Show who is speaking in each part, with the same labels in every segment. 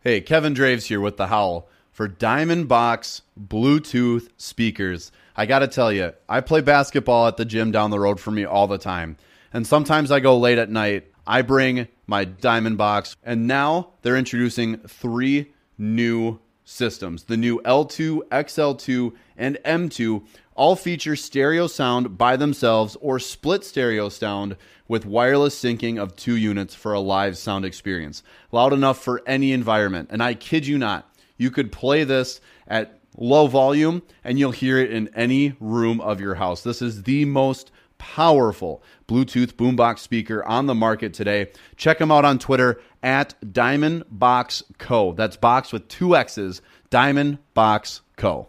Speaker 1: Hey, Kevin Draves here with The Howl for Diamond Box Bluetooth speakers. I got to tell you, I play basketball at the gym down the road from me all the time. And sometimes I go late at night. I bring my Diamond Box, and now they're introducing three new systems the new L2, XL2, and M2 all feature stereo sound by themselves or split stereo sound with wireless syncing of two units for a live sound experience. Loud enough for any environment. And I kid you not, you could play this at low volume and you'll hear it in any room of your house. This is the most powerful Bluetooth boombox speaker on the market today. Check them out on Twitter at Diamond Box Co. That's box with two X's, Diamond Box Co.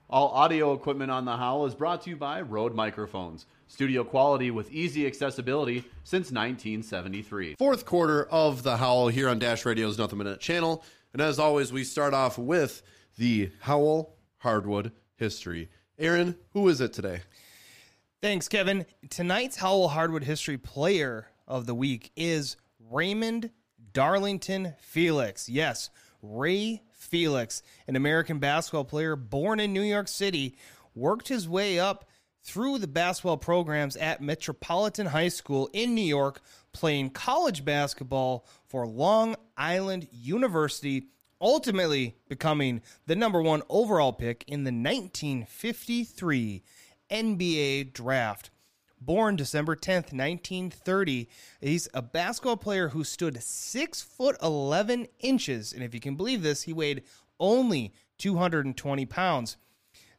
Speaker 1: All audio equipment on the Howl is brought to you by Rode Microphones, studio quality with easy accessibility since 1973. Fourth quarter of the Howl here on Dash Radio's Nothing Minute channel. And as always, we start off with the Howl Hardwood history. Aaron, who is it today?
Speaker 2: Thanks, Kevin. Tonight's Howell Hardwood History Player of the Week is Raymond Darlington Felix. Yes, Ray Felix, an American basketball player born in New York City, worked his way up through the basketball programs at Metropolitan High School in New York, playing college basketball for Long Island University, ultimately becoming the number one overall pick in the 1953 NBA draft. Born December 10th, 1930, he's a basketball player who stood 6 foot 11 inches. And if you can believe this, he weighed only 220 pounds.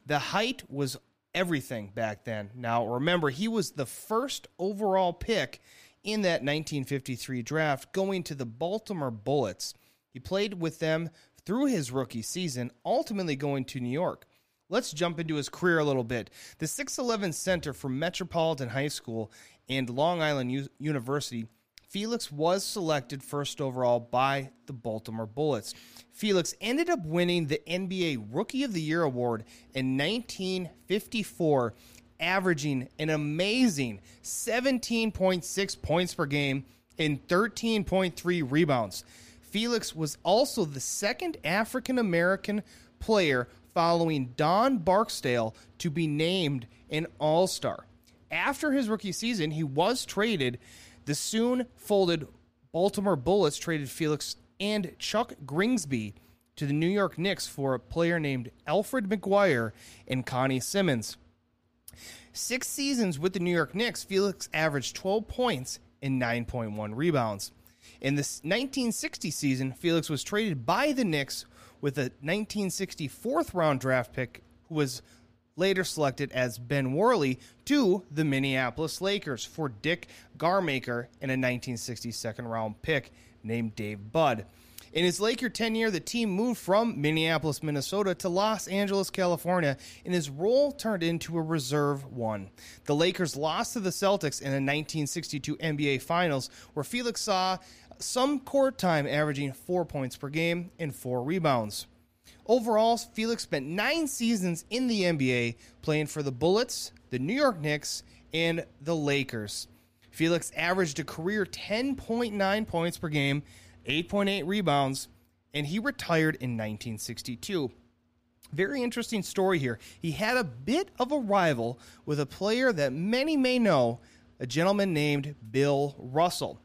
Speaker 2: The height was everything back then. Now, remember, he was the first overall pick in that 1953 draft going to the Baltimore Bullets. He played with them through his rookie season, ultimately going to New York. Let's jump into his career a little bit. The 6'11 center from Metropolitan High School and Long Island U- University, Felix was selected first overall by the Baltimore Bullets. Felix ended up winning the NBA Rookie of the Year award in 1954, averaging an amazing 17.6 points per game and 13.3 rebounds. Felix was also the second African American player following Don Barksdale to be named an All Star. After his rookie season, he was traded. The soon folded Baltimore Bullets traded Felix and Chuck Gringsby to the New York Knicks for a player named Alfred McGuire and Connie Simmons. Six seasons with the New York Knicks, Felix averaged 12 points and 9.1 rebounds. In the 1960 season, Felix was traded by the Knicks with a 1960 fourth round draft pick, who was later selected as Ben Worley to the Minneapolis Lakers for Dick Garmaker and a 1960 second round pick named Dave Budd. In his Laker tenure, the team moved from Minneapolis, Minnesota to Los Angeles, California, and his role turned into a reserve one. The Lakers lost to the Celtics in the 1962 NBA Finals, where Felix saw some court time averaging four points per game and four rebounds. Overall, Felix spent nine seasons in the NBA playing for the Bullets, the New York Knicks, and the Lakers. Felix averaged a career 10.9 points per game, 8.8 rebounds, and he retired in 1962. Very interesting story here. He had a bit of a rival with a player that many may know, a gentleman named Bill Russell.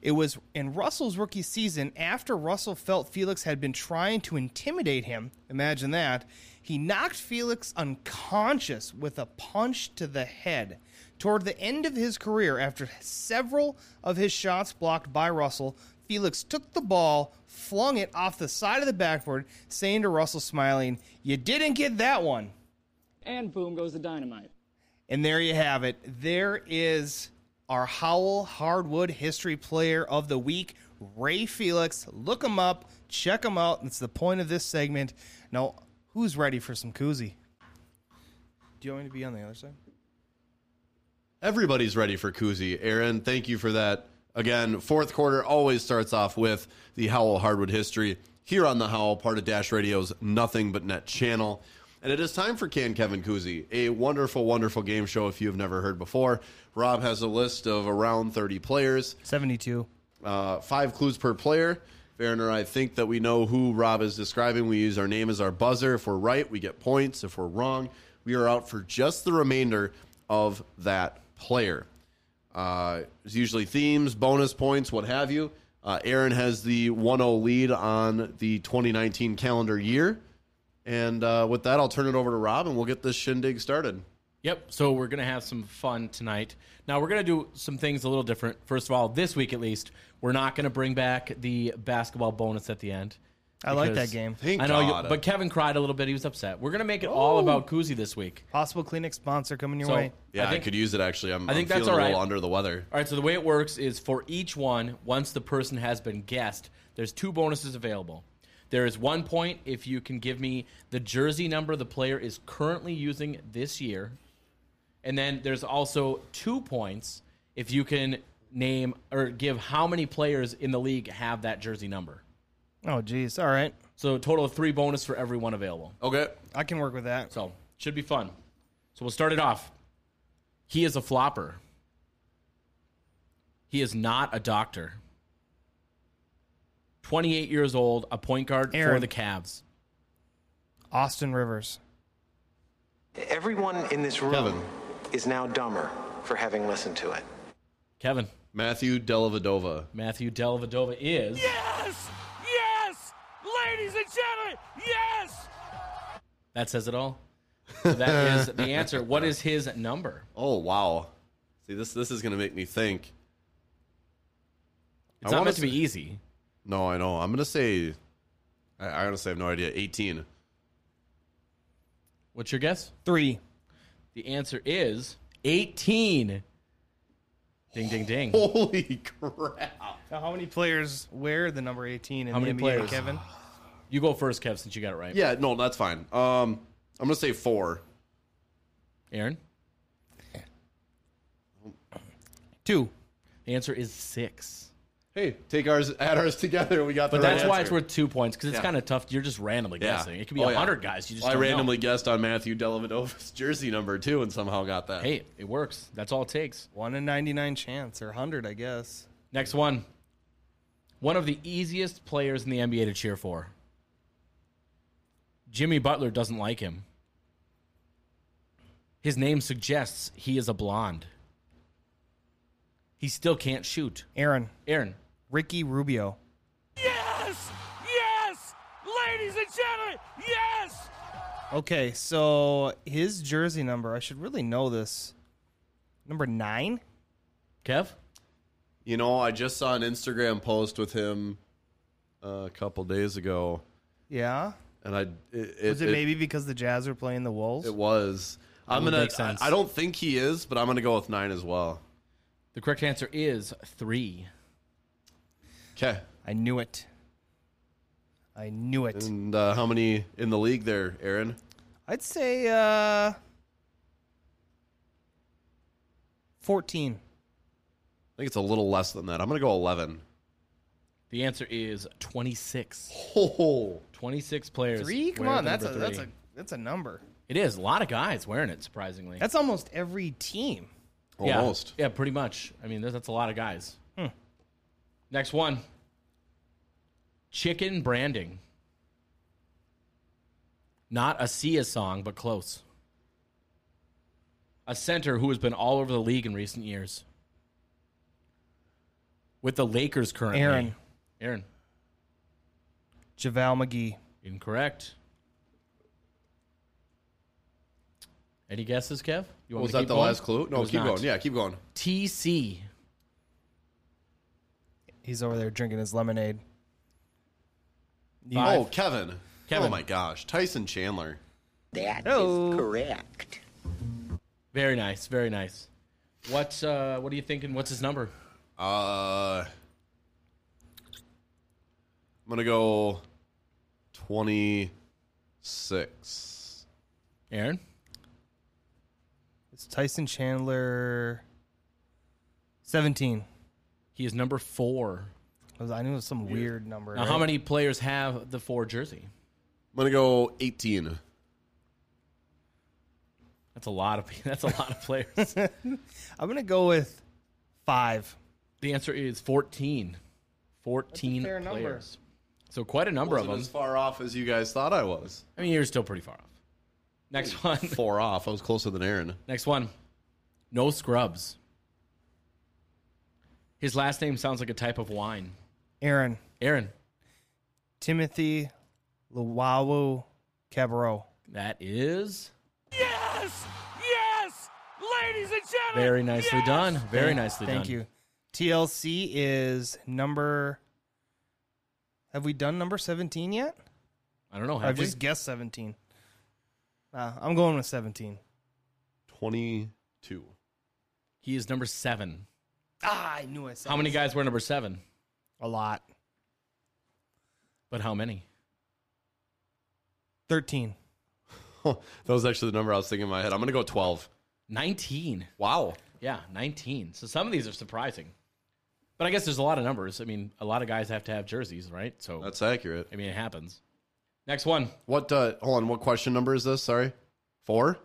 Speaker 2: It was in Russell's rookie season after Russell felt Felix had been trying to intimidate him. Imagine that. He knocked Felix unconscious with a punch to the head. Toward the end of his career, after several of his shots blocked by Russell, Felix took the ball, flung it off the side of the backboard, saying to Russell, smiling, You didn't get that one.
Speaker 3: And boom goes the dynamite.
Speaker 2: And there you have it. There is our Howell Hardwood History Player of the Week, Ray Felix. Look him up, check him out. That's the point of this segment. Now, who's ready for some koozie? Do you want me to be on the other side?
Speaker 1: Everybody's ready for Koozie. Aaron, thank you for that. Again, fourth quarter always starts off with the Howell Hardwood history here on the Howell, part of Dash Radio's Nothing But Net channel. And it is time for Can Kevin Koozie, a wonderful, wonderful game show if you have never heard before. Rob has a list of around 30 players,
Speaker 2: 72.
Speaker 1: uh, five clues per player. Aaron or I think that we know who Rob is describing. We use our name as our buzzer. If we're right, we get points. If we're wrong, we are out for just the remainder of that player. Uh, it's usually themes, bonus points, what have you. Uh, Aaron has the 1 0 lead on the 2019 calendar year. And uh, with that, I'll turn it over to Rob and we'll get this shindig started.
Speaker 4: Yep. So we're gonna have some fun tonight. Now we're gonna do some things a little different. First of all, this week at least, we're not gonna bring back the basketball bonus at the end.
Speaker 2: I like
Speaker 4: because-
Speaker 2: that game.
Speaker 1: Thank
Speaker 4: I know,
Speaker 1: God.
Speaker 4: you, but Kevin cried a little bit. He was upset. We're gonna make it all about Koozie this week.
Speaker 2: Possible Kleenex sponsor coming your
Speaker 4: So
Speaker 2: way.
Speaker 1: yeah, I,
Speaker 4: think-
Speaker 1: could use it actually. I'm,
Speaker 4: I think
Speaker 1: I'm
Speaker 4: that's
Speaker 1: feeling
Speaker 4: all
Speaker 1: a little
Speaker 4: right.
Speaker 1: under the weather.
Speaker 4: All right. So the way it works is for each one, once the person has been guessed, there's two bonuses available. There is one point if you can give me the jersey number the player is currently using this year. And then there's also two points if you can name or give how many players in the league have that jersey number.
Speaker 2: Oh, geez. All right.
Speaker 4: So a total of three bonus for everyone available.
Speaker 1: Okay.
Speaker 2: I can work with that.
Speaker 4: So should be fun. So we'll start it off. He is a flopper. He is not a doctor. 28 years old, a point guard for
Speaker 2: Aaron.
Speaker 4: the Cavs.
Speaker 2: Austin Rivers.
Speaker 5: Everyone in this room
Speaker 1: Kevin.
Speaker 5: is now dumber for having listened to it.
Speaker 4: Kevin,
Speaker 1: Matthew Dellavedova.
Speaker 4: Matthew Dellavedova is
Speaker 6: Yes! Yes! Ladies and gentlemen, yes!
Speaker 4: That says it all. So that is the answer. What is his number?
Speaker 1: Oh wow! See this this is gonna make me think.
Speaker 4: It's
Speaker 1: I
Speaker 4: not
Speaker 1: wanna
Speaker 4: meant to be
Speaker 1: say-
Speaker 4: easy.
Speaker 1: No, I know. I'm gonna say. I, I honestly have no idea. 18.
Speaker 4: What's your guess?
Speaker 2: Three.
Speaker 4: The answer is 18. Ding ding ding.
Speaker 1: Oh. Holy crap!
Speaker 2: Now, how many players wear the number 18 in
Speaker 4: How
Speaker 2: the
Speaker 4: many
Speaker 2: NBA,
Speaker 4: players?
Speaker 2: Kevin?
Speaker 4: You go first, Kev, since you got it right.
Speaker 1: Yeah, no, that's fine. Um, I'm gonna say four.
Speaker 4: Aaron?
Speaker 2: Two.
Speaker 4: The answer is six.
Speaker 1: Hey, take ours, add ours together. We got the.
Speaker 4: But
Speaker 1: right
Speaker 4: that's why it's
Speaker 1: answer.
Speaker 4: worth two points because it's
Speaker 1: Yeah.
Speaker 4: kind of tough. You're just randomly guessing. It could be
Speaker 1: Oh,
Speaker 4: a
Speaker 1: yeah.
Speaker 4: hundred guys. You just
Speaker 1: Well, I
Speaker 4: don't know.
Speaker 1: randomly guessed on Matthew Dellavedova's jersey number too, and somehow got that.
Speaker 4: Hey, it works. That's all it takes.
Speaker 2: One in 99 chance, or 100, I guess.
Speaker 4: Next one. One of the easiest players in the NBA to cheer for. Jimmy Butler doesn't like him. His name suggests he is a blonde. He still can't shoot.
Speaker 2: Aaron.
Speaker 4: Aaron,
Speaker 2: Ricky Rubio.
Speaker 6: Yes! Yes! Ladies
Speaker 7: it! Yes!
Speaker 2: Okay, so his jersey number, I should really know this. Number nine?
Speaker 4: Kev?
Speaker 1: You know, I just saw an Instagram post with him uh, a couple days ago,
Speaker 2: Yeah.
Speaker 1: and I it, it,
Speaker 2: was it, maybe because the Jazz are playing the Wolves?
Speaker 1: it was. I'm
Speaker 4: would
Speaker 1: gonna.
Speaker 4: make sense.
Speaker 1: I, I don't think he is, but I'm gonna go with nine as well.
Speaker 4: The correct answer is three.
Speaker 1: Okay.
Speaker 2: I knew it. I knew it.
Speaker 1: And uh, how many in the league there, Aaron?
Speaker 2: I'd say uh, 14.
Speaker 1: I think it's a little less than that. I'm gonna go eleven.
Speaker 4: The answer is 26.
Speaker 1: Oh,
Speaker 4: 26 players.
Speaker 2: Three? Come
Speaker 4: wear
Speaker 2: on,
Speaker 4: the
Speaker 2: that's a,
Speaker 4: number
Speaker 2: that's
Speaker 4: three.
Speaker 2: a that's a number.
Speaker 4: It is. A lot of guys wearing it, surprisingly.
Speaker 2: That's almost every team.
Speaker 4: Yeah.
Speaker 1: almost.
Speaker 4: Yeah, pretty much. I mean, that's, that's a lot of guys. Next one Chicken branding. Not a Sia song, but close. A center who has been all over the league in recent years. With the Lakers currently.
Speaker 2: Aaron.
Speaker 4: Aaron.
Speaker 2: JaVale McGee.
Speaker 4: Incorrect. Any guesses, Kev? You
Speaker 1: Was
Speaker 4: me to
Speaker 1: that
Speaker 4: keep
Speaker 1: the
Speaker 4: going?
Speaker 1: last clue?
Speaker 4: It
Speaker 1: No,
Speaker 4: was
Speaker 1: keep
Speaker 4: not.
Speaker 1: going. Yeah, keep going.
Speaker 4: TC.
Speaker 2: He's over there drinking his lemonade.
Speaker 1: Oh, Kevin.
Speaker 4: Kevin.
Speaker 1: Oh my gosh, Tyson Chandler.
Speaker 2: Oh.
Speaker 4: Very nice. Very nice. What uh, What are you thinking? What's his number?
Speaker 1: Uh, I'm gonna go twenty six.
Speaker 4: Aaron.
Speaker 2: It's Tyson Chandler. 17.
Speaker 4: He is number four.
Speaker 2: I was- I knew it was some weird number.
Speaker 4: Now,
Speaker 2: right?
Speaker 4: how many players have the four jersey?
Speaker 1: I'm gonna go eighteen.
Speaker 4: That's a lot of. That's a lot of players.
Speaker 2: I'm going to go with five.
Speaker 4: the answer is fourteen. Fourteen
Speaker 2: fair number.
Speaker 4: players. So quite a number
Speaker 1: Wasn't
Speaker 4: of them.
Speaker 1: as far off as you guys thought I was.
Speaker 4: I mean, you're still pretty far off. Next one.
Speaker 1: Four off. I was closer than Aaron.
Speaker 4: Next one. No scrubs. His last name sounds like a type of wine.
Speaker 2: Aaron.
Speaker 4: Aaron.
Speaker 2: Timothy Luwawu Cabarro.
Speaker 4: That is
Speaker 7: Yes! Yes! Ladies and gentlemen!
Speaker 4: very nicely
Speaker 7: yes!
Speaker 4: done. Very nicely
Speaker 2: Thank
Speaker 4: done.
Speaker 2: you. TLC is number. Have we done number 17 yet?
Speaker 4: I don't know.
Speaker 2: I've
Speaker 4: Have we?
Speaker 2: just guessed 17. Uh, I'm going with 17.
Speaker 1: Twenty two.
Speaker 4: He is number seven.
Speaker 2: Ah, I knew I said
Speaker 4: How many
Speaker 2: it.
Speaker 4: guys were number seven?
Speaker 2: A lot.
Speaker 4: But how many?
Speaker 2: 13.
Speaker 1: that was actually the number I was thinking in my head. I'm gonna go twelve.
Speaker 4: 19.
Speaker 1: Wow.
Speaker 4: Yeah, 19. So some of these are surprising. But I guess there's a lot of numbers. I mean, a lot of guys have to have jerseys, right? So,
Speaker 1: That's accurate.
Speaker 4: I mean, it happens. Next one.
Speaker 1: What? Uh, hold on. What question number is this? Sorry. Four.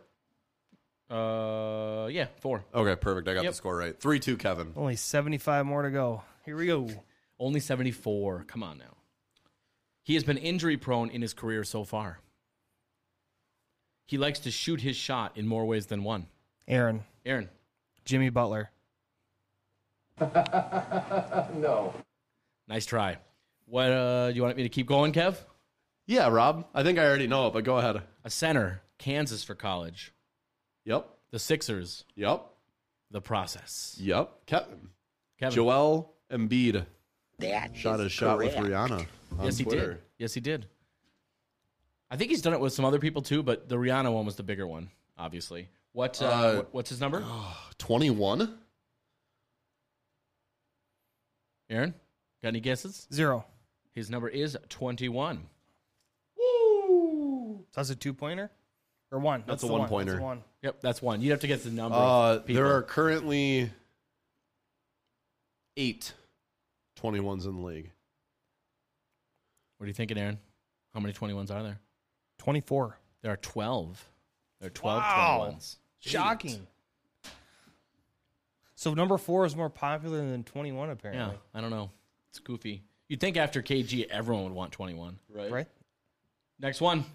Speaker 4: Uh, yeah, four.
Speaker 1: Okay, perfect. I got
Speaker 4: Yep.
Speaker 1: the score right. Three two. Kevin.
Speaker 2: Only 75 more to go. Here we go.
Speaker 4: Only 74. Come on now. He has been injury prone in his career so far. He likes to shoot his shot in more ways than one.
Speaker 2: Aaron.
Speaker 4: Aaron,
Speaker 2: Jimmy Butler.
Speaker 4: nice try. What uh, do you want me to keep going, Kev?
Speaker 1: Yeah, Rob. I think I already know it, but go ahead.
Speaker 4: A center, Kansas for college,
Speaker 1: Yep.
Speaker 4: the Sixers,
Speaker 1: Yep.
Speaker 4: the process.
Speaker 1: Yep. Kevin.
Speaker 4: Kevin,
Speaker 1: Joel Embiid. That shot a shot with Rihanna. On
Speaker 4: yes, he
Speaker 1: Twitter.
Speaker 4: did. Yes, he did. I think he's done it with some other people too, but the Rihanna one was the bigger one, obviously. What? Uh,
Speaker 1: Uh,
Speaker 4: what- what's his number?
Speaker 1: Twenty-one.
Speaker 4: Aaron, got any guesses?
Speaker 2: Zero.
Speaker 4: His number is twenty-one.
Speaker 2: So that's a two pointer? Or one?
Speaker 1: That's a
Speaker 2: the
Speaker 1: one-pointer.
Speaker 2: That's a one.
Speaker 4: Yep, that's one. You'd have to guess the number.
Speaker 1: Uh,
Speaker 4: of people.
Speaker 1: there are currently eight 21s in the league.
Speaker 4: What are you thinking, Aaron? How many 21s are there?
Speaker 2: 24.
Speaker 4: There are 12. There are 12
Speaker 2: Wow.
Speaker 4: 21s.
Speaker 2: Shocking. So number four is more popular than 21,
Speaker 4: Yeah,
Speaker 2: apparently.
Speaker 4: I don't know. It's goofy. You'd think after KG, everyone would want 21.
Speaker 1: Right.
Speaker 2: Right?
Speaker 4: Next one.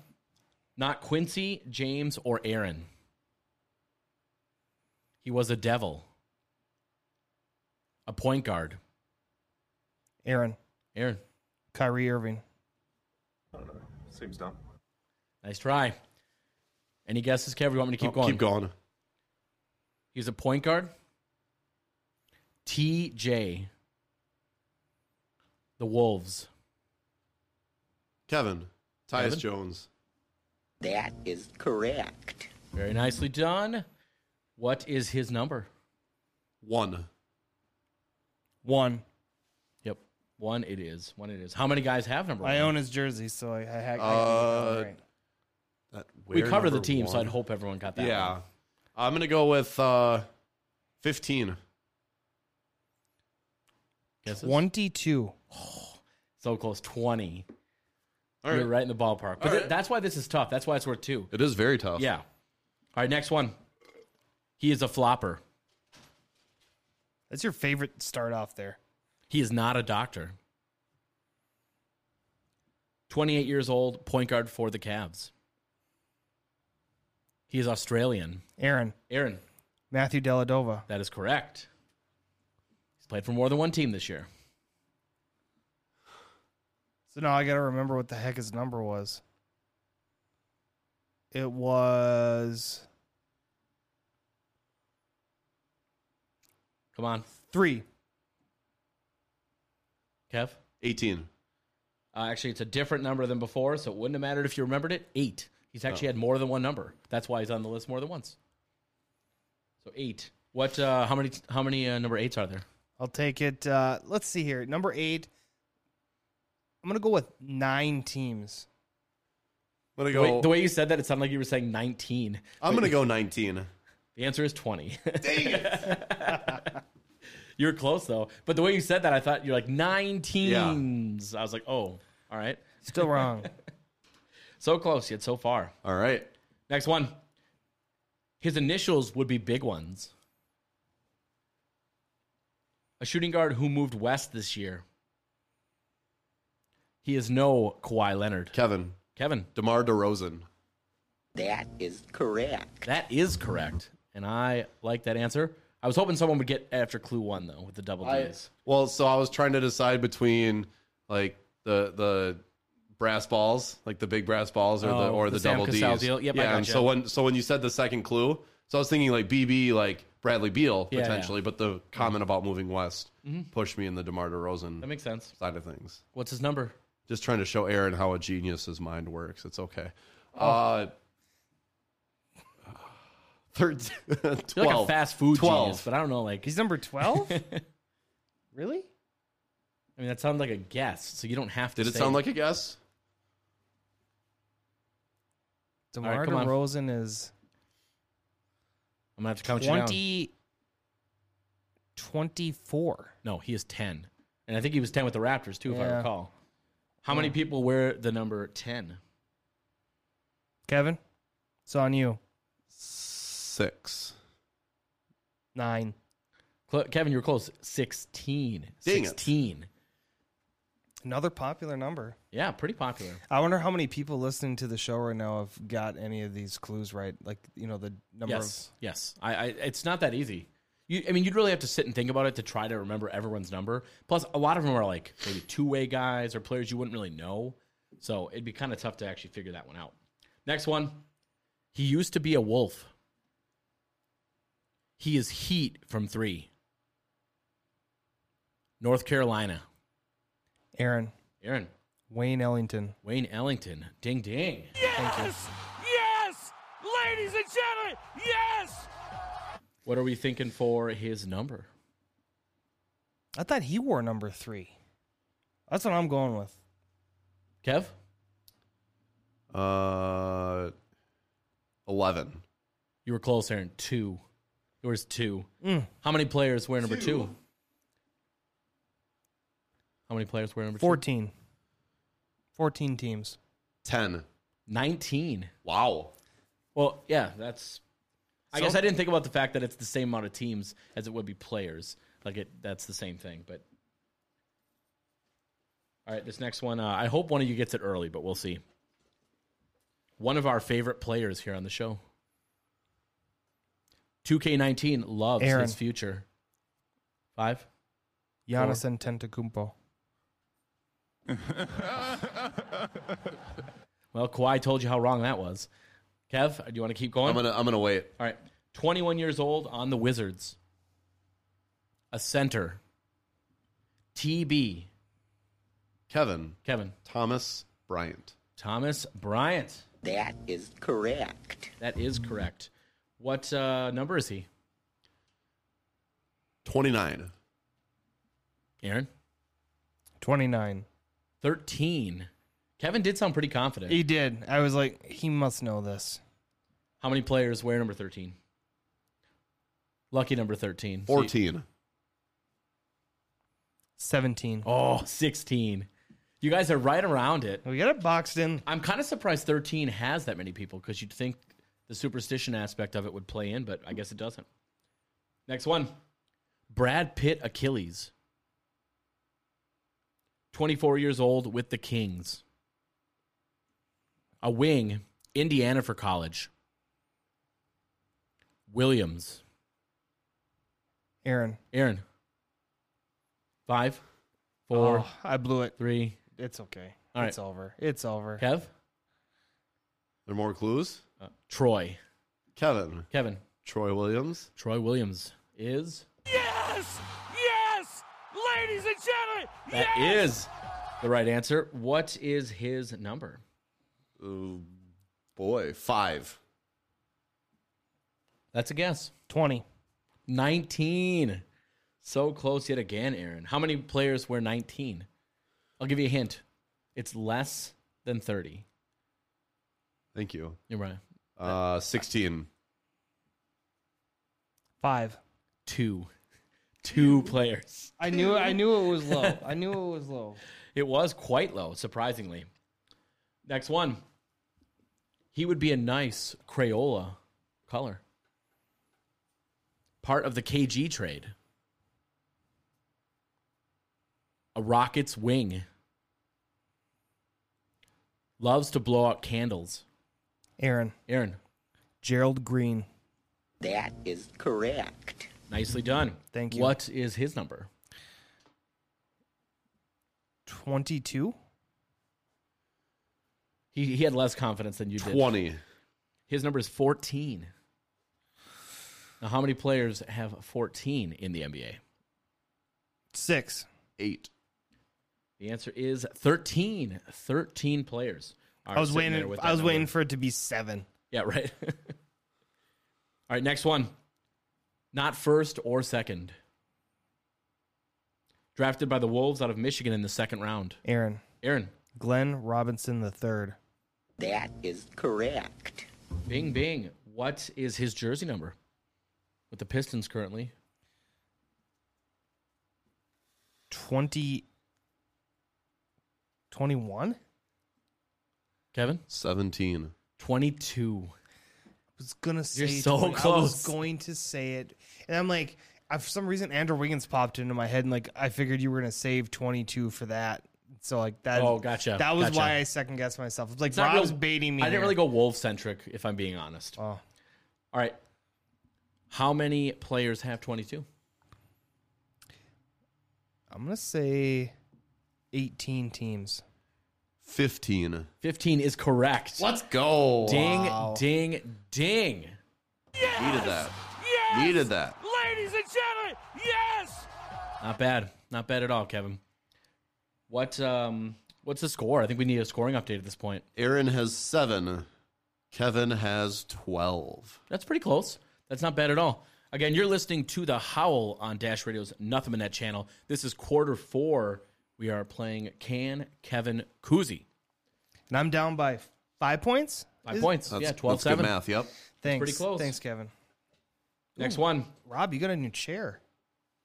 Speaker 4: Not Quincy, James, or Aaron. He was a devil, a point guard.
Speaker 2: Aaron.
Speaker 4: Aaron,
Speaker 2: Kyrie Irving.
Speaker 4: Nice try. Any guesses, Kev? You want me to keep
Speaker 1: Oh,
Speaker 4: going?
Speaker 1: keep going.
Speaker 4: He's a point guard. TJ. The Wolves.
Speaker 1: Kevin. Tyus
Speaker 4: Kevin?
Speaker 1: Jones.
Speaker 4: That is correct. Very nicely done. What is his number?
Speaker 1: One.
Speaker 2: One.
Speaker 4: Yep. One it is. One it is. How many guys have number one?
Speaker 2: I own his jersey, so I, I, I,
Speaker 1: Uh, that
Speaker 4: We
Speaker 1: weird
Speaker 4: cover the
Speaker 1: number
Speaker 4: team, so
Speaker 1: one.
Speaker 4: I'd hope everyone got that
Speaker 1: Yeah.
Speaker 4: one.
Speaker 1: I'm going to go with uh, 15.
Speaker 4: Guesses?
Speaker 2: 22.
Speaker 4: So close. 20.
Speaker 1: All right.
Speaker 4: You're right in the ballpark. But
Speaker 1: All
Speaker 4: th-
Speaker 1: right.
Speaker 4: that's why this is tough. That's why it's worth two.
Speaker 1: It is very tough.
Speaker 4: Yeah. All right, next one. He is a flopper.
Speaker 2: That's your favorite start off there.
Speaker 4: He is not a doctor. 28 years old, point guard for the Cavs. He is Australian.
Speaker 2: Aaron.
Speaker 4: Aaron,
Speaker 2: Matthew Deladova.
Speaker 4: that is correct. He's played for more than one team this year.
Speaker 2: So now I got to remember what the heck his number was. It was
Speaker 4: Come on,
Speaker 2: three.
Speaker 4: Kev.
Speaker 1: 18.
Speaker 4: Uh, actually, it's a different number than before, so it wouldn't have mattered if you remembered it. Eight. He's actually
Speaker 1: Oh.
Speaker 4: had more than one number. That's why he's on the list more than once. So eight. What? Uh, how many? How many uh, number eights are there?
Speaker 2: I'll take it. Uh, let's see here. Number eight. I'm going to go with nine teams.
Speaker 1: I'm going
Speaker 4: The
Speaker 1: to go
Speaker 4: way, the way you said that, it sounded like you were saying nineteen.
Speaker 1: I'm going to go 19.
Speaker 4: The answer is twenty. Dang it! you're close though. But the way you said that, I thought you're like nine teams. I was like, oh, all right,
Speaker 2: Still wrong.
Speaker 4: so close yet so far.
Speaker 1: All right.
Speaker 4: Next one. His initials would be big ones. A shooting guard who moved west this year. He is no Kawhi Leonard.
Speaker 1: Kevin.
Speaker 4: Kevin,
Speaker 1: DeMar DeRozan.
Speaker 4: that is correct. That is correct. And I like that answer. I was hoping someone would get after clue one, though, with the double
Speaker 1: I-
Speaker 4: D's.
Speaker 1: Well, so I was trying to decide between like the the brass balls, like the big brass balls, or the
Speaker 4: Oh,
Speaker 1: or the,
Speaker 4: the Sam
Speaker 1: double
Speaker 4: Cassell
Speaker 1: D's.
Speaker 4: deal. Yep, I
Speaker 1: yeah. and
Speaker 4: gotcha.
Speaker 1: so when so when you said the second clue, so I was thinking like BB, like Bradley Beal
Speaker 4: Yeah, yeah.
Speaker 1: potentially, but the comment about moving west pushed me in the Demar Derozan
Speaker 4: That makes sense.
Speaker 1: side of things.
Speaker 4: What's his number?
Speaker 1: Just trying to show Aaron how a genius his mind works. It's okay.
Speaker 4: Oh.
Speaker 1: Uh, third,
Speaker 4: You're like a
Speaker 1: twelve.
Speaker 4: fast food
Speaker 1: Twelve.
Speaker 4: genius, but I don't know. Like,
Speaker 2: He's number 12? really?
Speaker 4: I mean, that sounds like a guess, so you don't have to.
Speaker 1: Did it
Speaker 4: say
Speaker 1: sound like a guess?
Speaker 2: DeMar
Speaker 4: come on.
Speaker 2: DeRozan is
Speaker 4: I'm gonna have to count you down.
Speaker 2: 20, 24.
Speaker 4: No, he is 10. And I think he was 10 with the Raptors, too, if I
Speaker 2: Yeah.
Speaker 4: recall. How many people wear the number 10?
Speaker 2: Kevin, it's on you.
Speaker 1: Six.
Speaker 2: Nine.
Speaker 4: Cl- Kevin, you were close. 16.
Speaker 1: Dang it.
Speaker 4: 16.
Speaker 2: Another popular number.
Speaker 4: Yeah, pretty popular.
Speaker 2: I wonder how many people listening to the show right now have got any of these clues right. Like, you know, the number
Speaker 4: yes. Yes. I, I, it's not that easy. You, I mean, you'd really have to sit and think about it to try to remember everyone's number. Plus, a lot of them are like maybe two way guys or players you wouldn't really know. So it'd be kind of tough to actually figure that one out. Next one. He used to be a wolf. He is heat from three. North Carolina.
Speaker 2: of Aaron,
Speaker 4: Aaron.
Speaker 2: Wayne Ellington.
Speaker 4: Wayne Ellington. Ding ding.
Speaker 7: Yes! Yes! Ladies and gentlemen, yes!
Speaker 4: What are we thinking for his number?
Speaker 2: I thought he wore number three. That's what I'm going with.
Speaker 4: Kev?
Speaker 1: Uh, eleven.
Speaker 4: You were close, Aaron. Two. Yours two. How many players wear number two? How many players wear number two?
Speaker 2: 14. 14 teams.
Speaker 1: Ten.
Speaker 4: 19.
Speaker 1: Wow.
Speaker 4: Well, yeah, that's. I
Speaker 2: So-
Speaker 4: guess I didn't think about the fact that it's the same amount of teams as it would be players. Like it, that's the same thing. But all right, this next one. Uh, I hope one of you gets it early, but we'll see. One of our favorite players here on the show, 2K19, loves
Speaker 2: Aaron.
Speaker 4: his future. Five.
Speaker 2: Giannis Antetokounmpo.
Speaker 4: Well, Kawhi told you how wrong that was. Kev, do you want to keep going?
Speaker 8: I'm gonna- I'm gonna wait.
Speaker 4: All right. 21 years old on the Wizards. A center. TB.
Speaker 8: Kevin.
Speaker 4: Kevin.
Speaker 8: Thomas Bryant.
Speaker 4: Thomas Bryant. That is correct. That is correct. What uh, number is he?
Speaker 8: 29.
Speaker 4: Aaron?
Speaker 2: 29.
Speaker 4: 13. Kevin did sound pretty confident.
Speaker 2: He did. I was like, he must know this.
Speaker 4: How many players wear number 13? Lucky number 13.
Speaker 8: 14.
Speaker 2: 17.
Speaker 4: Oh, 16. You guys are right around it.
Speaker 2: We got it boxed in.
Speaker 4: I'm kind of surprised 13 has that many people because you'd think the superstition aspect of it would play in, but I guess it doesn't. Next one Brad Pitt Achilles. 24 years old with the Kings. A wing, Indiana for college. Williams.
Speaker 2: Aaron.
Speaker 4: Aaron. Five, four,
Speaker 2: Oh, I blew it.
Speaker 4: Three.
Speaker 2: It's okay.
Speaker 4: All right.
Speaker 2: It's over. It's over.
Speaker 4: Kev?
Speaker 8: There are more clues?
Speaker 4: Troy.
Speaker 8: Kevin.
Speaker 4: Kevin.
Speaker 8: Troy Williams.
Speaker 4: Troy Williams is.
Speaker 7: Yes! Yes! Ladies and gentlemen,
Speaker 4: That is the right answer. What is his number?
Speaker 8: Ooh, boy, five.
Speaker 4: That's a guess.
Speaker 2: 20.
Speaker 4: 19. So close yet again, Aaron. How many players wear 19? I'll give you a hint. It's less than 30.
Speaker 8: Thank you.
Speaker 4: You're right.
Speaker 8: Uh, 16.
Speaker 2: Five.
Speaker 4: Two. Two players.
Speaker 2: I knew I knew it was low. I knew it was low.
Speaker 4: It was quite low, surprisingly. Next one. He would be a nice Crayola color. Part of the KG trade. A Rockets wing. Loves to blow out candles.
Speaker 2: Aaron.
Speaker 4: Aaron.
Speaker 2: Gerald Green.
Speaker 4: That is correct. Nicely done.
Speaker 2: Thank you.
Speaker 4: What is his number?
Speaker 2: 22?
Speaker 4: He, he had less confidence than you did.
Speaker 8: 20.
Speaker 4: His number is 14. Now, how many players have 14 in the NBA?
Speaker 2: Six.
Speaker 8: Eight.
Speaker 4: The answer is 13. 13 players. are
Speaker 2: I was
Speaker 4: sitting there
Speaker 2: waiting
Speaker 4: with
Speaker 2: I
Speaker 4: that
Speaker 2: was
Speaker 4: number.
Speaker 2: waiting for it to be 7.
Speaker 4: Yeah, right. All right, next one. Not first or second. Drafted by the Wolves out of Michigan in the second round.
Speaker 2: Aaron.
Speaker 4: Aaron.
Speaker 2: Glenn Robinson the 3rd.
Speaker 4: That is correct. Bing, bing. What is his jersey number with the Pistons currently?
Speaker 2: 20 21?
Speaker 4: Kevin?
Speaker 8: 17.
Speaker 4: 22.
Speaker 2: was gonna say
Speaker 4: You're so
Speaker 2: 20. I was
Speaker 4: close.
Speaker 2: going to say it, and I'm like, I, for some reason, Andrew Wiggins popped into my head, and like I figured you were gonna save 22 for that. So like that.
Speaker 4: Oh, gotcha,
Speaker 2: That was
Speaker 4: gotcha.
Speaker 2: why I second guessed myself. It's like
Speaker 4: It's not
Speaker 2: Rob
Speaker 4: real-
Speaker 2: was baiting me.
Speaker 4: I didn't
Speaker 2: here.
Speaker 4: really go wolf centric, if I'm being honest.
Speaker 2: Oh.
Speaker 4: All right. How many players have 22?
Speaker 2: I'm gonna say 18 teams.
Speaker 8: 15.
Speaker 4: 15 is correct.
Speaker 8: Let's go.
Speaker 4: Ding,
Speaker 2: Wow.
Speaker 4: ding, ding.
Speaker 8: Needed that. Needed that.
Speaker 7: ladies and gentlemen, yes!
Speaker 4: Not bad. Not bad at all, Kevin. What um what's the score? I think we need a scoring update at this point.
Speaker 8: Aaron has seven. Kevin has 12.
Speaker 4: That's pretty close. That's not bad at all. Again, you're listening to The Howl on Dash Radio's Nothing But Net channel. This is quarter four. We are playing Can Kevin Kuzi.
Speaker 2: And I'm down by five points.
Speaker 4: Five
Speaker 2: Is-
Speaker 4: points.
Speaker 8: That's,
Speaker 4: yeah, 12
Speaker 8: that's good
Speaker 4: 7.
Speaker 8: math. Yep.
Speaker 2: Thanks.
Speaker 4: pretty close.
Speaker 2: Thanks, Kevin.
Speaker 4: Next one.
Speaker 2: Rob, you got a new chair.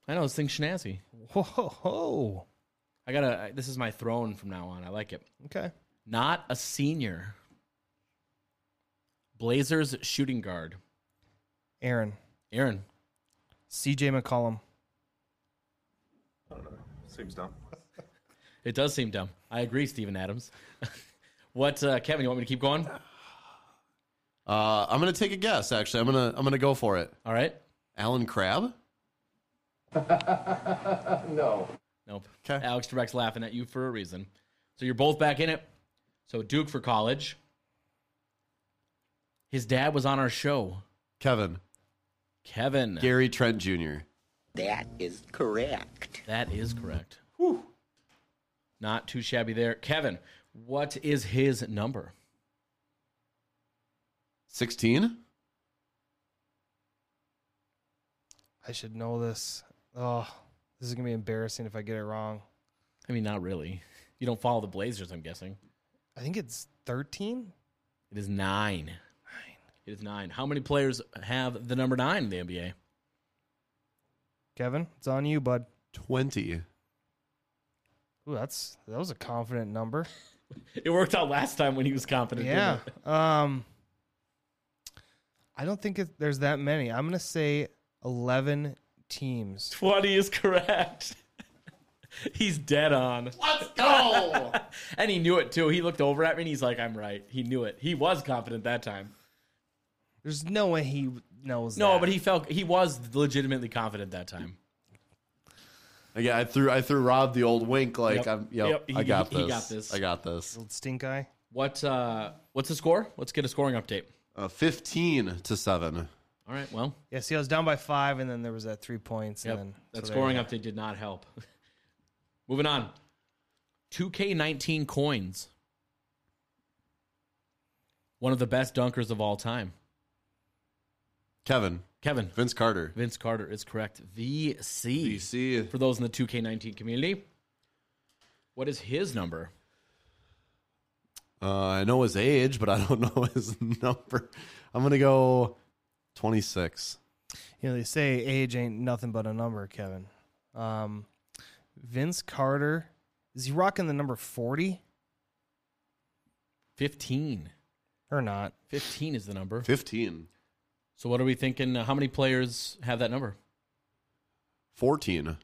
Speaker 4: I know this thing's schnazzy.
Speaker 2: Whoa, ho, ho.
Speaker 4: I gotta. I- This is my throne from now on. I like it.
Speaker 2: Okay.
Speaker 4: Not a senior. Blazers shooting guard.
Speaker 2: Aaron,
Speaker 4: Aaron.
Speaker 2: C.J. McCollum.
Speaker 9: Seems dumb.
Speaker 4: It does seem dumb. I agree, Steven Adams. what, uh, Kevin? You want me to keep going?
Speaker 8: Uh, I'm gonna take a guess. Actually, I'm gonna I'm gonna go for it.
Speaker 4: All right.
Speaker 8: Alan Crab.
Speaker 9: no.
Speaker 4: Nope. Alex Trebek's laughing at you for a reason. So you're both back in it. So Duke for college. His dad was on our show.
Speaker 1: Kevin.
Speaker 4: Kevin.
Speaker 1: Gary Trent Jr.
Speaker 4: That is correct. That is correct. Not too shabby there. Kevin, what is his number?
Speaker 1: 16?
Speaker 2: I should know this. Oh, this is gonna be embarrassing if I get it wrong.
Speaker 4: I mean, not really. You don't follow the Blazers, I'm guessing.
Speaker 2: I think it's thirteen.
Speaker 4: It is nine. Nine. It is nine. How many players have the number nine in the NBA?
Speaker 2: Kevin, it's on you, bud.
Speaker 1: 20.
Speaker 2: Ooh, that's that was a confident number.
Speaker 4: It worked out last time when he was confident. didn't
Speaker 2: yeah.
Speaker 4: it?
Speaker 2: Um, I don't think it, there's that many. I'm gonna say eleven teams.
Speaker 4: 20 is correct. he's dead on. Let's
Speaker 2: go!
Speaker 4: and he knew it too. He looked over at me and he's like, I'm right. He knew it. He was confident that time.
Speaker 2: There's no way he knows.
Speaker 4: No,
Speaker 2: that.
Speaker 4: but he felt he was legitimately confident that time.
Speaker 1: Again, I threw I threw Rob the old wink like
Speaker 4: Yep.
Speaker 1: I'm yep,
Speaker 4: Yep, he-
Speaker 1: I got
Speaker 4: he-
Speaker 1: this.
Speaker 4: he got this.
Speaker 1: I got this.
Speaker 2: old stink eye.
Speaker 4: What uh what's the score? Let's get a scoring update.
Speaker 1: Uh, 15 to 7.
Speaker 4: All right, well,
Speaker 2: Yeah, see, I was down by five, and then there was that three points.
Speaker 4: yep,
Speaker 2: and then
Speaker 4: that
Speaker 2: so there
Speaker 4: scoring
Speaker 2: you
Speaker 4: update did not help. Moving on. 2K19 coins. One of the best dunkers of all time.
Speaker 1: Kevin.
Speaker 4: Kevin.
Speaker 1: Vince Carter.
Speaker 4: Vince Carter is correct. VC.
Speaker 1: VC.
Speaker 4: For those in the 2K19 community, what is his number?
Speaker 1: Uh, I know his age, but I don't know his number. I'm going to go 26.
Speaker 2: You know, they say age ain't nothing but a number, Kevin. Um, Vince Carter, is he rocking the number 40
Speaker 4: 15.
Speaker 2: or not?
Speaker 4: 15 is the number.
Speaker 1: 15.
Speaker 4: So what are we thinking? Uh, How many players have that number?
Speaker 1: 14.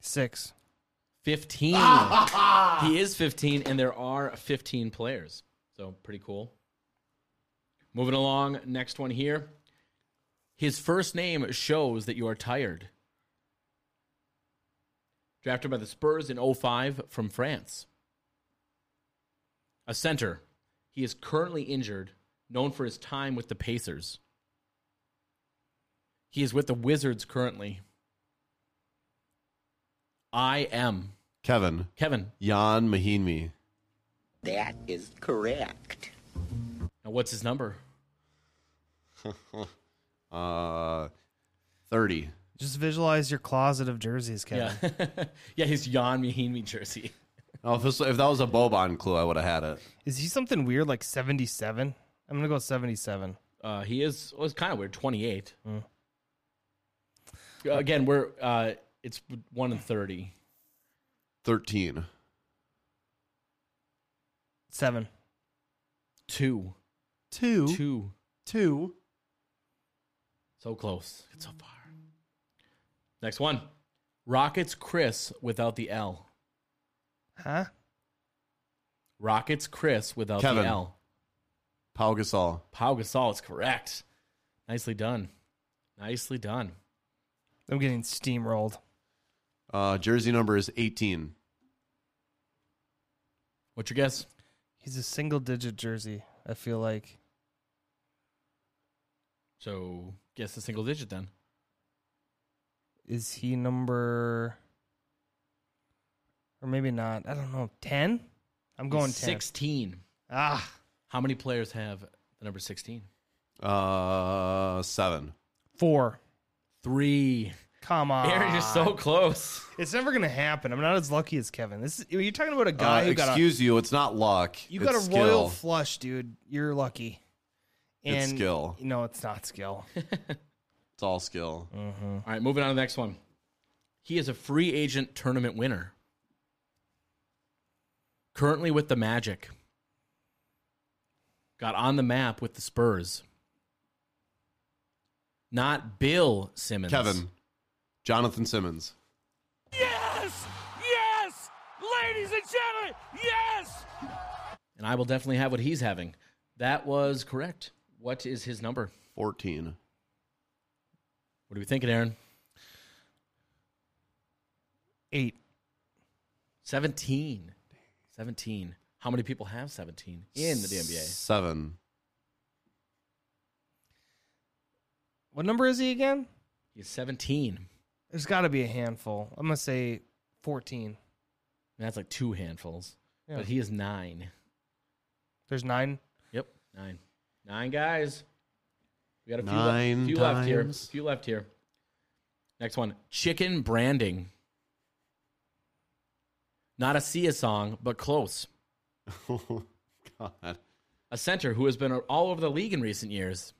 Speaker 2: Six.
Speaker 4: 15. he is 15, and there are 15 players. So pretty cool. Moving along, next one here. His first name shows that you are tired. Drafted by the Spurs in 05 from France. A center. He is currently injured, known for his time with the Pacers. He is with the Wizards currently. I am
Speaker 1: Kevin.
Speaker 4: Kevin.
Speaker 1: Jan Mahinmi.
Speaker 4: That is correct. Now, what's his number?
Speaker 1: Uh, 30.
Speaker 2: Just visualize your closet of jerseys, Kevin.
Speaker 4: Yeah, yeah, his Jan Mahinmi jersey.
Speaker 1: Oh, if, this, if that was a Boban clue, I would have had it.
Speaker 2: Is he something weird like 77? I'm going to go 77.
Speaker 4: Uh, he is. Well, it's kind of weird. Twenty eight. Again, we're uh, it's one and thirty.
Speaker 1: 13.
Speaker 2: Seven.
Speaker 4: Two.
Speaker 1: Two.
Speaker 4: Two.
Speaker 1: Two.
Speaker 4: So close. It's so far. Next one. Rockets Chris without the L.
Speaker 2: Huh?
Speaker 4: Rockets Chris without
Speaker 1: Kevin.
Speaker 4: the L.
Speaker 1: Pau Gasol.
Speaker 4: Pau Gasol is correct. Nicely done. Nicely done.
Speaker 2: I'm getting steamrolled.
Speaker 1: Uh, jersey number is 18.
Speaker 4: What's your guess?
Speaker 2: He's a single digit jersey, I feel like.
Speaker 4: So guess the single digit then.
Speaker 2: Is he number. Or maybe not. I don't know. 10? I'm going 10.
Speaker 4: 16.
Speaker 2: Ah.
Speaker 4: How many players have the number 16?
Speaker 1: Uh, 7.
Speaker 2: Four.
Speaker 4: Three.
Speaker 2: Come on.
Speaker 4: Aaron, you're so close.
Speaker 2: It's never gonna happen. I'm not as lucky as Kevin. This is, you're talking about a guy
Speaker 1: Uh,
Speaker 2: who got a
Speaker 1: excuse you, it's not luck.
Speaker 2: you
Speaker 1: it's
Speaker 2: got a
Speaker 1: skill.
Speaker 2: royal flush, dude. You're lucky.
Speaker 1: It's skill.
Speaker 2: No, it's not skill.
Speaker 1: It's all skill.
Speaker 4: All right, moving on to the next one. He is a free agent tournament winner. Currently with the Magic. Got on the map with the Spurs. Not Bill Simmons.
Speaker 1: Kevin. Jonathan Simmons.
Speaker 10: Yes! Yes! Ladies and gentlemen, yes!
Speaker 4: And I will definitely have what he's having. That was correct. What is his number?
Speaker 1: 14.
Speaker 4: What are we thinking, Aaron?
Speaker 2: Eight.
Speaker 4: 17. 17. How many people have 17 in the NBA?
Speaker 1: Seven.
Speaker 2: What number is he again?
Speaker 4: He's 17. And
Speaker 2: There's got to be a handful. I'm gonna say 14.
Speaker 4: that's like two handfuls.
Speaker 2: Yeah.
Speaker 4: But he is nine.
Speaker 2: There's nine.
Speaker 4: Yep, nine. Nine guys. We got a few,
Speaker 1: Nine
Speaker 4: left, few left here.
Speaker 1: times.
Speaker 4: few left here. Next one Chicken Branding. Not a Sia song, but close.
Speaker 1: Oh, God.
Speaker 4: A center who has been all over the league in recent years.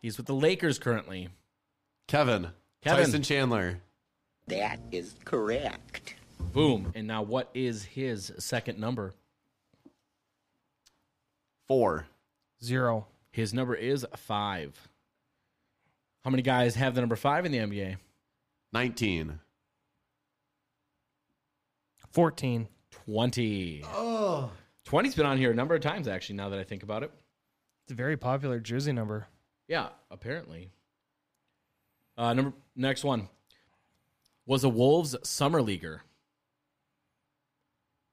Speaker 4: He's with the Lakers currently.
Speaker 1: Kevin.
Speaker 4: Kevin.
Speaker 1: Tyson Chandler.
Speaker 4: That is correct. Boom. And now, what is his second number?
Speaker 1: Four.
Speaker 2: Zero.
Speaker 4: His number is five. How many guys have the number five in the NBA?
Speaker 1: 19.
Speaker 2: 14.
Speaker 4: 20.
Speaker 11: Oh.
Speaker 4: 20's been on here a number of times, actually, now that I think about it.
Speaker 2: It's a very popular jersey number.
Speaker 4: Yeah, apparently. Uh, number Next one was a Wolves Summer Leaguer.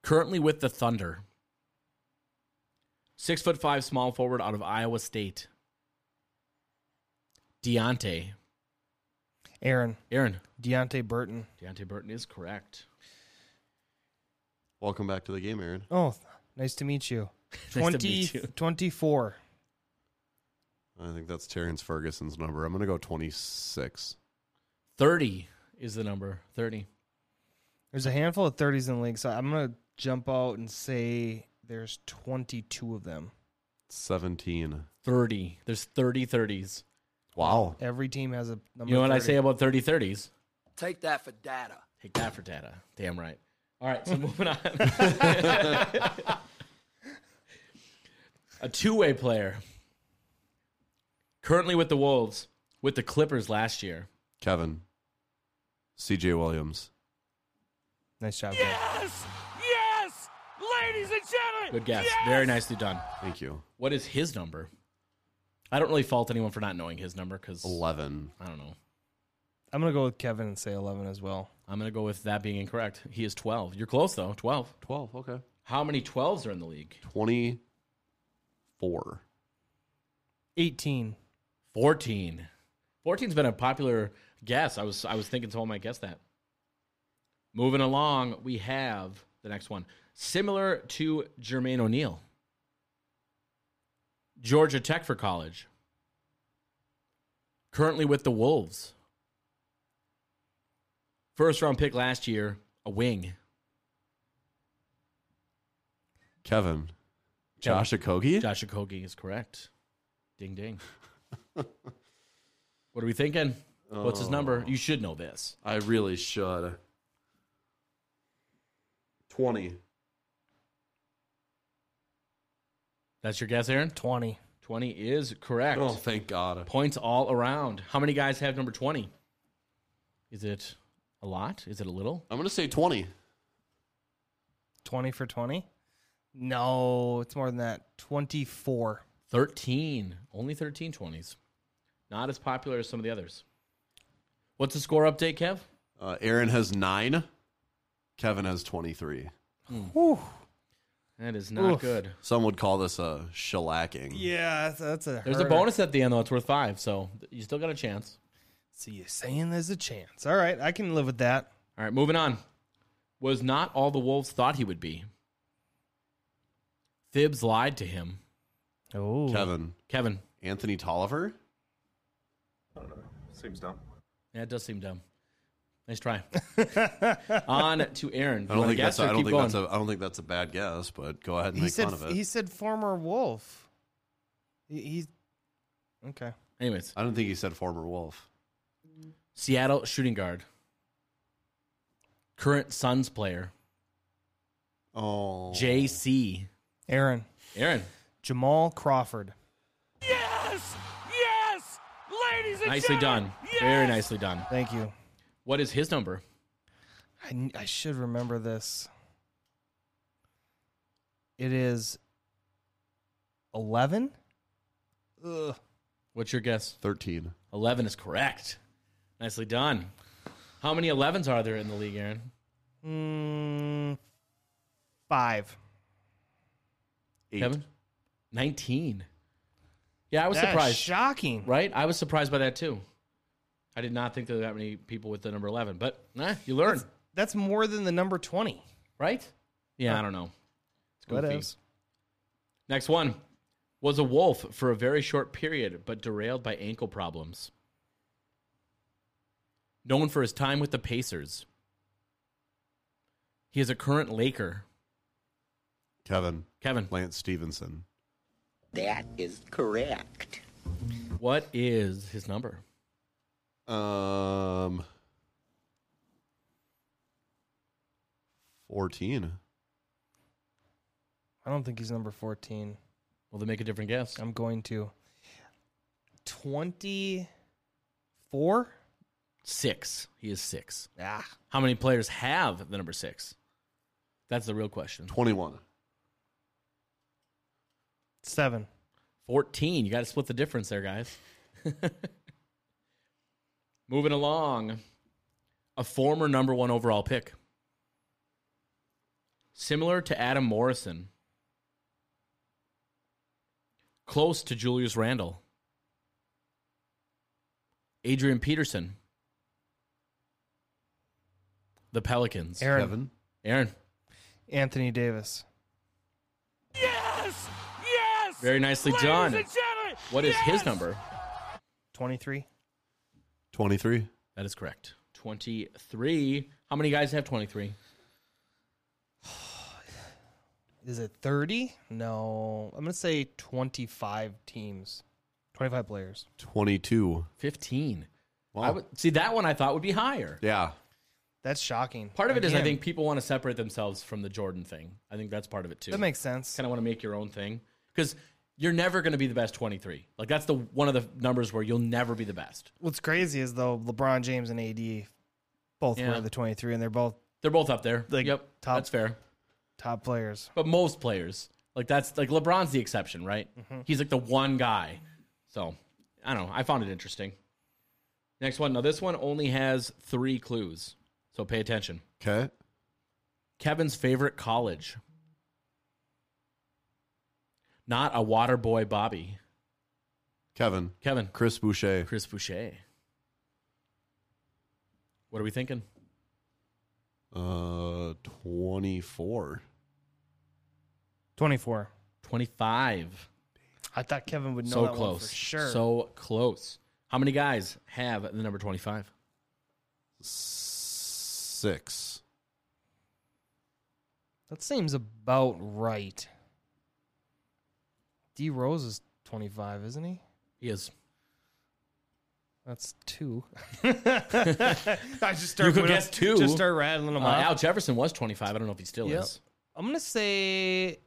Speaker 4: Currently with the Thunder. Six foot five small forward out of Iowa State. Deontay.
Speaker 2: Aaron.
Speaker 4: Aaron.
Speaker 2: Deontay Burton.
Speaker 4: Deontay Burton is correct.
Speaker 1: Welcome back to the game, Aaron.
Speaker 2: Oh, th- nice to meet you.
Speaker 4: to
Speaker 2: 20,
Speaker 4: meet you.
Speaker 2: 24.
Speaker 1: I think that's Terrence Ferguson's number. I'm going to go 26.
Speaker 4: 30 is the number. 30.
Speaker 2: There's a handful of 30s in the league, so I'm going to jump out and say there's 22 of them.
Speaker 1: 17.
Speaker 4: 30. There's 30 30s.
Speaker 1: Wow.
Speaker 2: Every team has a number.
Speaker 4: You know what I
Speaker 2: 30.
Speaker 4: say about 30 30s?
Speaker 12: Take that for data.
Speaker 4: Take that for data. Damn right. All right, so moving on. a two way player. Currently with the Wolves, with the Clippers last year.
Speaker 1: Kevin. CJ Williams.
Speaker 2: Nice job.
Speaker 7: Yes! Yes! Ladies and gentlemen!
Speaker 4: Good guess.
Speaker 7: yes!
Speaker 4: Very nicely done.
Speaker 1: Thank you.
Speaker 4: What is his number? I don't really fault anyone for not knowing his number because
Speaker 1: 11.
Speaker 4: I don't know.
Speaker 2: I'm going to go with Kevin and say 11 as well.
Speaker 4: I'm going to go with that being incorrect. He is 12. You're close, though. 12.
Speaker 1: 12. Okay.
Speaker 4: How many 12s are in the league?
Speaker 1: 24.
Speaker 2: 18.
Speaker 4: 14. 14's been a popular guess. I was I was thinking someone might guess that. Moving along, we have the next one. Similar to Jermaine O'Neal. Georgia Tech for college. Currently with the Wolves. First round pick last year, a wing.
Speaker 1: Kevin. Josh Okogie?
Speaker 4: Josh Okogie is correct. Ding ding. what are we thinking? What's his number? You should know this.
Speaker 1: I really should. 20.
Speaker 4: That's your guess, Aaron?
Speaker 2: 20.
Speaker 4: 20 is correct.
Speaker 1: Oh, thank God.
Speaker 4: Points all around. How many guys have number 20? Is it a lot? Is it a little?
Speaker 1: I'm going to say 20.
Speaker 2: 20 for 20? No, it's more than that. 24.
Speaker 4: 13. Only 13 20s. Not as popular as some of the others. What's the score update, Kev?
Speaker 1: Uh, Aaron has nine. Kevin has 23.
Speaker 4: That is not
Speaker 2: Oof.
Speaker 4: good.
Speaker 1: Some would call this a shellacking.
Speaker 2: Yeah, that's, that's a.
Speaker 4: There's a bonus at the end, though. It's worth five, so you still got a chance.
Speaker 2: So you're saying there's a chance. All right, I can live with that.
Speaker 4: All right, moving on. Was not all the Wolves thought he would be. Thibs lied to him.
Speaker 2: Oh,
Speaker 1: Kevin.
Speaker 4: Kevin,
Speaker 1: Anthony Tolliver?
Speaker 13: Seems dumb.
Speaker 4: Yeah, it does seem dumb. Nice try. On to Aaron.
Speaker 1: I don't think that's a, I don't think that's
Speaker 4: a.
Speaker 1: a I don't think that's a bad guess, but go ahead and
Speaker 2: he
Speaker 1: make
Speaker 2: said
Speaker 1: fun of it.
Speaker 2: he said former Wolf. He, he's okay.
Speaker 4: Anyways,
Speaker 1: I don't think he said former Wolf.
Speaker 4: Seattle shooting guard, current Suns player
Speaker 1: Oh.
Speaker 4: J.C.
Speaker 2: Aaron
Speaker 4: Aaron,
Speaker 2: Jamal Crawford.
Speaker 7: Yes! Yes! Ladies and
Speaker 4: nicely
Speaker 7: gentlemen!
Speaker 4: done.
Speaker 7: Yes!
Speaker 4: Very nicely done.
Speaker 2: Thank you.
Speaker 4: What is his number?
Speaker 2: I, kn- I should remember this. It is eleven. Ugh.
Speaker 4: What's your guess?
Speaker 1: 13.
Speaker 4: Eleven is correct. Nicely done. How many elevens are there in the league, Aaron?
Speaker 2: Mm, Five.
Speaker 1: Eight.
Speaker 4: Kevin? 19. Yeah, I was
Speaker 2: That's
Speaker 4: surprised.
Speaker 2: Shocking.
Speaker 4: Right? I was surprised by that too. I did not think there were that many people with the number 11, but nah, you learn.
Speaker 2: That's more than the number 20.
Speaker 4: Right? Yeah, I don't know. It's
Speaker 2: What
Speaker 4: goofy.
Speaker 2: else?
Speaker 4: Next one was a wolf for a very short period, but derailed by ankle problems. Known for his time with the Pacers, he is a current Laker.
Speaker 8: Kevin.
Speaker 4: Kevin.
Speaker 8: Lance Stevenson.
Speaker 14: That is correct.
Speaker 4: What is his number?
Speaker 8: Um, fourteen.
Speaker 2: I don't think he's number 14.
Speaker 4: Well, then make a different guess.
Speaker 2: I'm going to. 24?
Speaker 4: Six. He is six.
Speaker 2: Ah.
Speaker 4: How many players have the number six? That's the real question.
Speaker 8: 21.
Speaker 2: Seven.
Speaker 4: 14. You got to split the difference there, guys. Moving along. A former number one overall pick. Similar to Adam Morrison. Close to Julius Randle. Adrian Peterson. The Pelicans.
Speaker 2: Aaron. Kevin.
Speaker 4: Aaron.
Speaker 2: Anthony Davis.
Speaker 7: Yes! Yes!
Speaker 4: Very nicely
Speaker 7: Ladies and
Speaker 4: done.
Speaker 7: gentlemen,
Speaker 4: What is
Speaker 7: yes!
Speaker 4: his number?
Speaker 2: 23.
Speaker 8: 23.
Speaker 4: That is correct. 23. How many guys have 23?
Speaker 2: Is it 30? No. I'm going to say 25 teams, 25 players.
Speaker 8: 22.
Speaker 4: 15. I would, see, that one I thought would be higher.
Speaker 8: Yeah.
Speaker 2: That's shocking.
Speaker 4: Part of it is I
Speaker 2: Again,
Speaker 4: think people want to separate themselves from the Jordan thing. I think that's part of it too.
Speaker 2: That makes sense.
Speaker 4: Kind of want to make your own thing because you're never going to be the best 23. Like that's the one of the numbers where you'll never be the best.
Speaker 2: What's crazy is though LeBron James and AD both
Speaker 4: Yeah.
Speaker 2: were the 23, and they're both
Speaker 4: They're both up there.
Speaker 2: Like,
Speaker 4: yep,
Speaker 2: top-
Speaker 4: That's fair.
Speaker 2: top players.
Speaker 4: But most players, like that's like LeBron's the exception, right?
Speaker 2: Mm-hmm.
Speaker 4: He's like the one guy. So I don't know. I found it interesting. Next one. Now this one only has three clues, so pay attention.
Speaker 8: Okay.
Speaker 4: Kevin's favorite college. Not a water boy, Bobby.
Speaker 8: Kevin.
Speaker 4: Kevin.
Speaker 8: Chris Boucher.
Speaker 4: Chris Boucher. What are we thinking?
Speaker 8: Uh, 24.
Speaker 2: 24.
Speaker 4: 25.
Speaker 2: I thought Kevin would know
Speaker 4: So
Speaker 2: that one
Speaker 4: close.
Speaker 2: for sure.
Speaker 4: So close. How many guys have the number 25?
Speaker 8: Six.
Speaker 2: that seems about right. D Rose is 25, isn't he?
Speaker 4: He is.
Speaker 2: That's two. I just start
Speaker 4: you could
Speaker 2: winning-
Speaker 4: guess two.
Speaker 2: Just start rattling them
Speaker 4: Uh,
Speaker 2: off.
Speaker 4: Al Jefferson was 25. I don't know if he still
Speaker 2: Uh-huh. Yep.
Speaker 4: is.
Speaker 2: I'm gonna say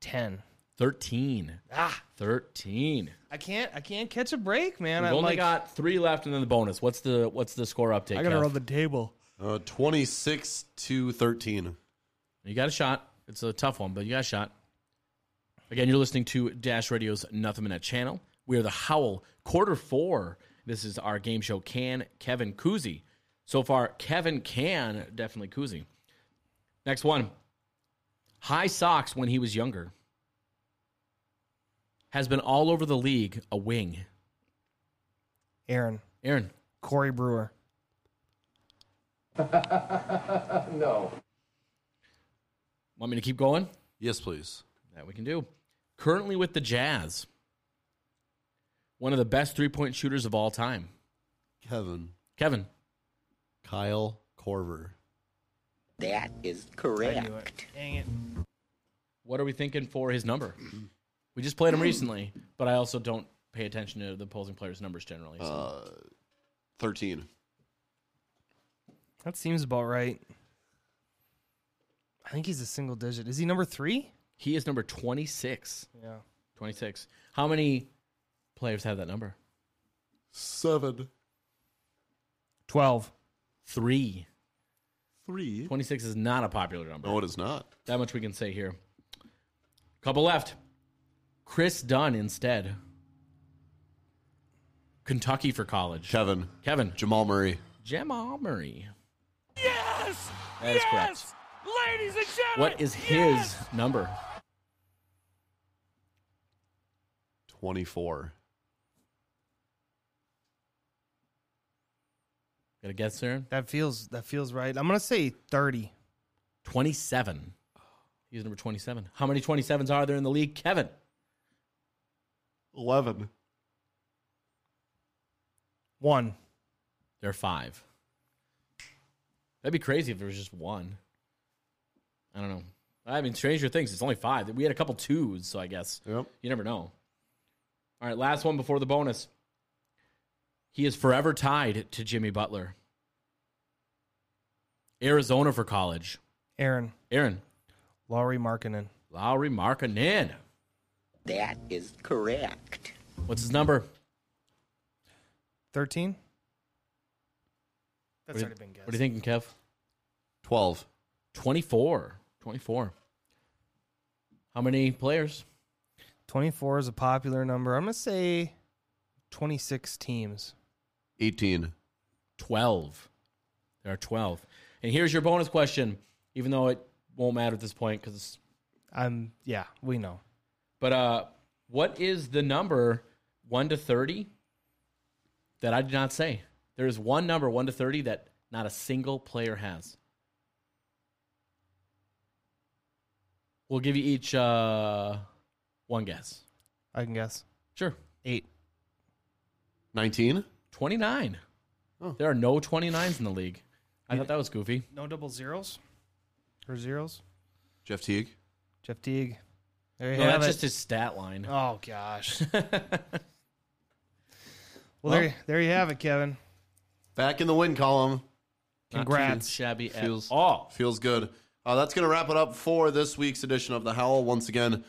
Speaker 2: ten.
Speaker 4: 13.
Speaker 2: Ah,
Speaker 4: 13.
Speaker 2: I can't. I can't catch a break, man.
Speaker 4: We've
Speaker 2: I'm
Speaker 4: only
Speaker 2: like,
Speaker 4: got three left and then the bonus. What's the what's the score update?
Speaker 2: I gotta
Speaker 4: Kev?
Speaker 2: roll the table.
Speaker 8: Uh, 26 to 13.
Speaker 4: You got a shot. It's a tough one, but you got a shot. Again, you're listening to Dash Radio's Nothing Minute channel. We are the Howl, quarter four. This is our game show, Can Kevin Kuzi. So far, Kevin can definitely Kuzi. Next one High socks when he was younger. Has been all over the league a wing.
Speaker 2: Aaron,
Speaker 4: Aaron,
Speaker 2: Corey Brewer,
Speaker 9: no.
Speaker 4: want me to keep going?
Speaker 8: Yes, please.
Speaker 4: That we can do. Currently with the Jazz, one of the best three point shooters of all time.
Speaker 8: Kevin.
Speaker 4: Kevin,
Speaker 8: Kyle Corver.
Speaker 14: That is
Speaker 2: knew
Speaker 14: correct.
Speaker 2: Dang it.
Speaker 4: what are we thinking for his number? We just played him recently, but I also don't pay attention to the opposing players' numbers generally. So.
Speaker 1: Uh.
Speaker 8: 13.
Speaker 2: That seems about right. I think he's a single digit. Is he number three?
Speaker 4: he is number 26.
Speaker 2: Yeah.
Speaker 4: 26. How many players have that number?
Speaker 8: Seven.
Speaker 2: Twelve.
Speaker 4: Three.
Speaker 8: Three.
Speaker 4: 26 is not a popular number.
Speaker 8: No, it is not.
Speaker 4: That much we can say here. Couple left. Chris Dunn instead. Kentucky for college.
Speaker 8: Kevin.
Speaker 4: Kevin.
Speaker 8: Jamal Murray.
Speaker 4: Jamal Murray.
Speaker 7: Yes!
Speaker 4: That is
Speaker 7: yes!
Speaker 4: correct.
Speaker 7: Ladies and gentlemen,
Speaker 4: What is his
Speaker 7: yes!
Speaker 4: number?
Speaker 1: 24.
Speaker 4: Got a guess there?
Speaker 2: That feels that feels right. I'm gonna say thirty.
Speaker 4: Twenty-seven. He's number twenty-seven. How many twenty-sevens are there in the league, Kevin?
Speaker 1: 11.
Speaker 2: One.
Speaker 4: There are five. That'd be crazy if there was just one. I don't know. I mean, Stranger Things, it's only five. We had a couple twos, so I guess.
Speaker 1: Yep.
Speaker 4: You never know. All right, last one before the bonus. He is forever tied to Jimmy Butler. Arizona for college.
Speaker 2: Aaron.
Speaker 4: Aaron.
Speaker 2: Laurie Markinen.
Speaker 4: Lowry Markinen.
Speaker 15: That is correct.
Speaker 4: What's his number?
Speaker 2: Thirteen. That's
Speaker 4: What do you-
Speaker 2: already been guessed.
Speaker 4: What are you thinking, Kev?
Speaker 1: 12.
Speaker 4: 24. 24. How many players?
Speaker 2: Twenty four is a popular number. I'm gonna say twenty six teams.
Speaker 1: 18.
Speaker 4: 12. There are 12. And here's your bonus question, even though it won't matter at this point because
Speaker 2: I'm yeah, we know.
Speaker 4: But uh, what is the number one to thirty that I did not say? There is one number one to thirty that not a single player has. We'll give you each uh, one guess.
Speaker 2: I can guess.
Speaker 4: Sure.
Speaker 2: Eight.
Speaker 1: 19?
Speaker 4: 29.
Speaker 2: Oh.
Speaker 4: There are no 29s in the league. I thought that was goofy.
Speaker 2: No double zeros? Or zeros?
Speaker 1: Jeff Teague?
Speaker 2: Jeff Teague. There you
Speaker 4: No,
Speaker 2: have
Speaker 4: that's
Speaker 2: it.
Speaker 4: just his stat line.
Speaker 2: Oh gosh. well, there, you- there you have it, Kevin.
Speaker 1: Back in the win column.
Speaker 2: Not too Congrats.
Speaker 4: shabby at
Speaker 1: feels,
Speaker 4: all.
Speaker 1: Feels good. Uh, that's going to wrap it up for this week's edition of The Howl. Once again,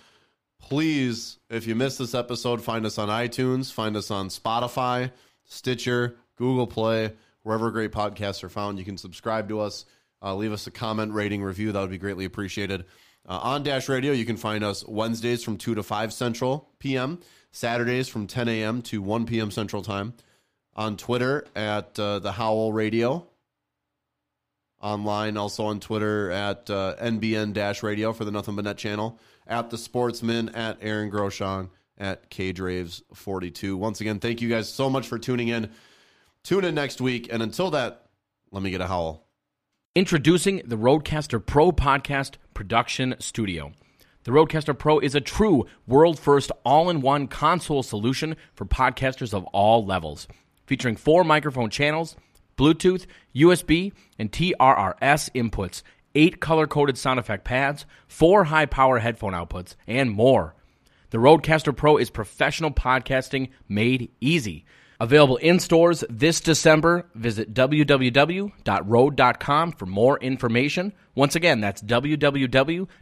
Speaker 1: please, if you missed this episode, find us on iTunes, find us on Spotify, Stitcher, Google Play, wherever great podcasts are found. You can subscribe to us, uh, leave us a comment, rating, review. That would be greatly appreciated. Uh, on Dash Radio, you can find us Wednesdays from 2 to 5 Central p.m., Saturdays from 10 a.m. to 1 p.m. Central Time. On Twitter at uh, The Howl Radio, online, also on Twitter at uh, NBN Dash Radio for the Nothing But Net channel, at The Sportsman, at Aaron Groshong, at KDraves42. Once again, thank you guys so much for tuning in. Tune in next week, and until that, let me get a howl.
Speaker 4: Introducing the Roadcaster Pro Podcast Production Studio. The Roadcaster Pro is a true world first all in one console solution for podcasters of all levels. Featuring four microphone channels, Bluetooth, USB, and TRRS inputs, eight color coded sound effect pads, four high power headphone outputs, and more. The Roadcaster Pro is professional podcasting made easy. Available in stores this December. Visit www.road.com for E more information. Once again, that's www.rode.com.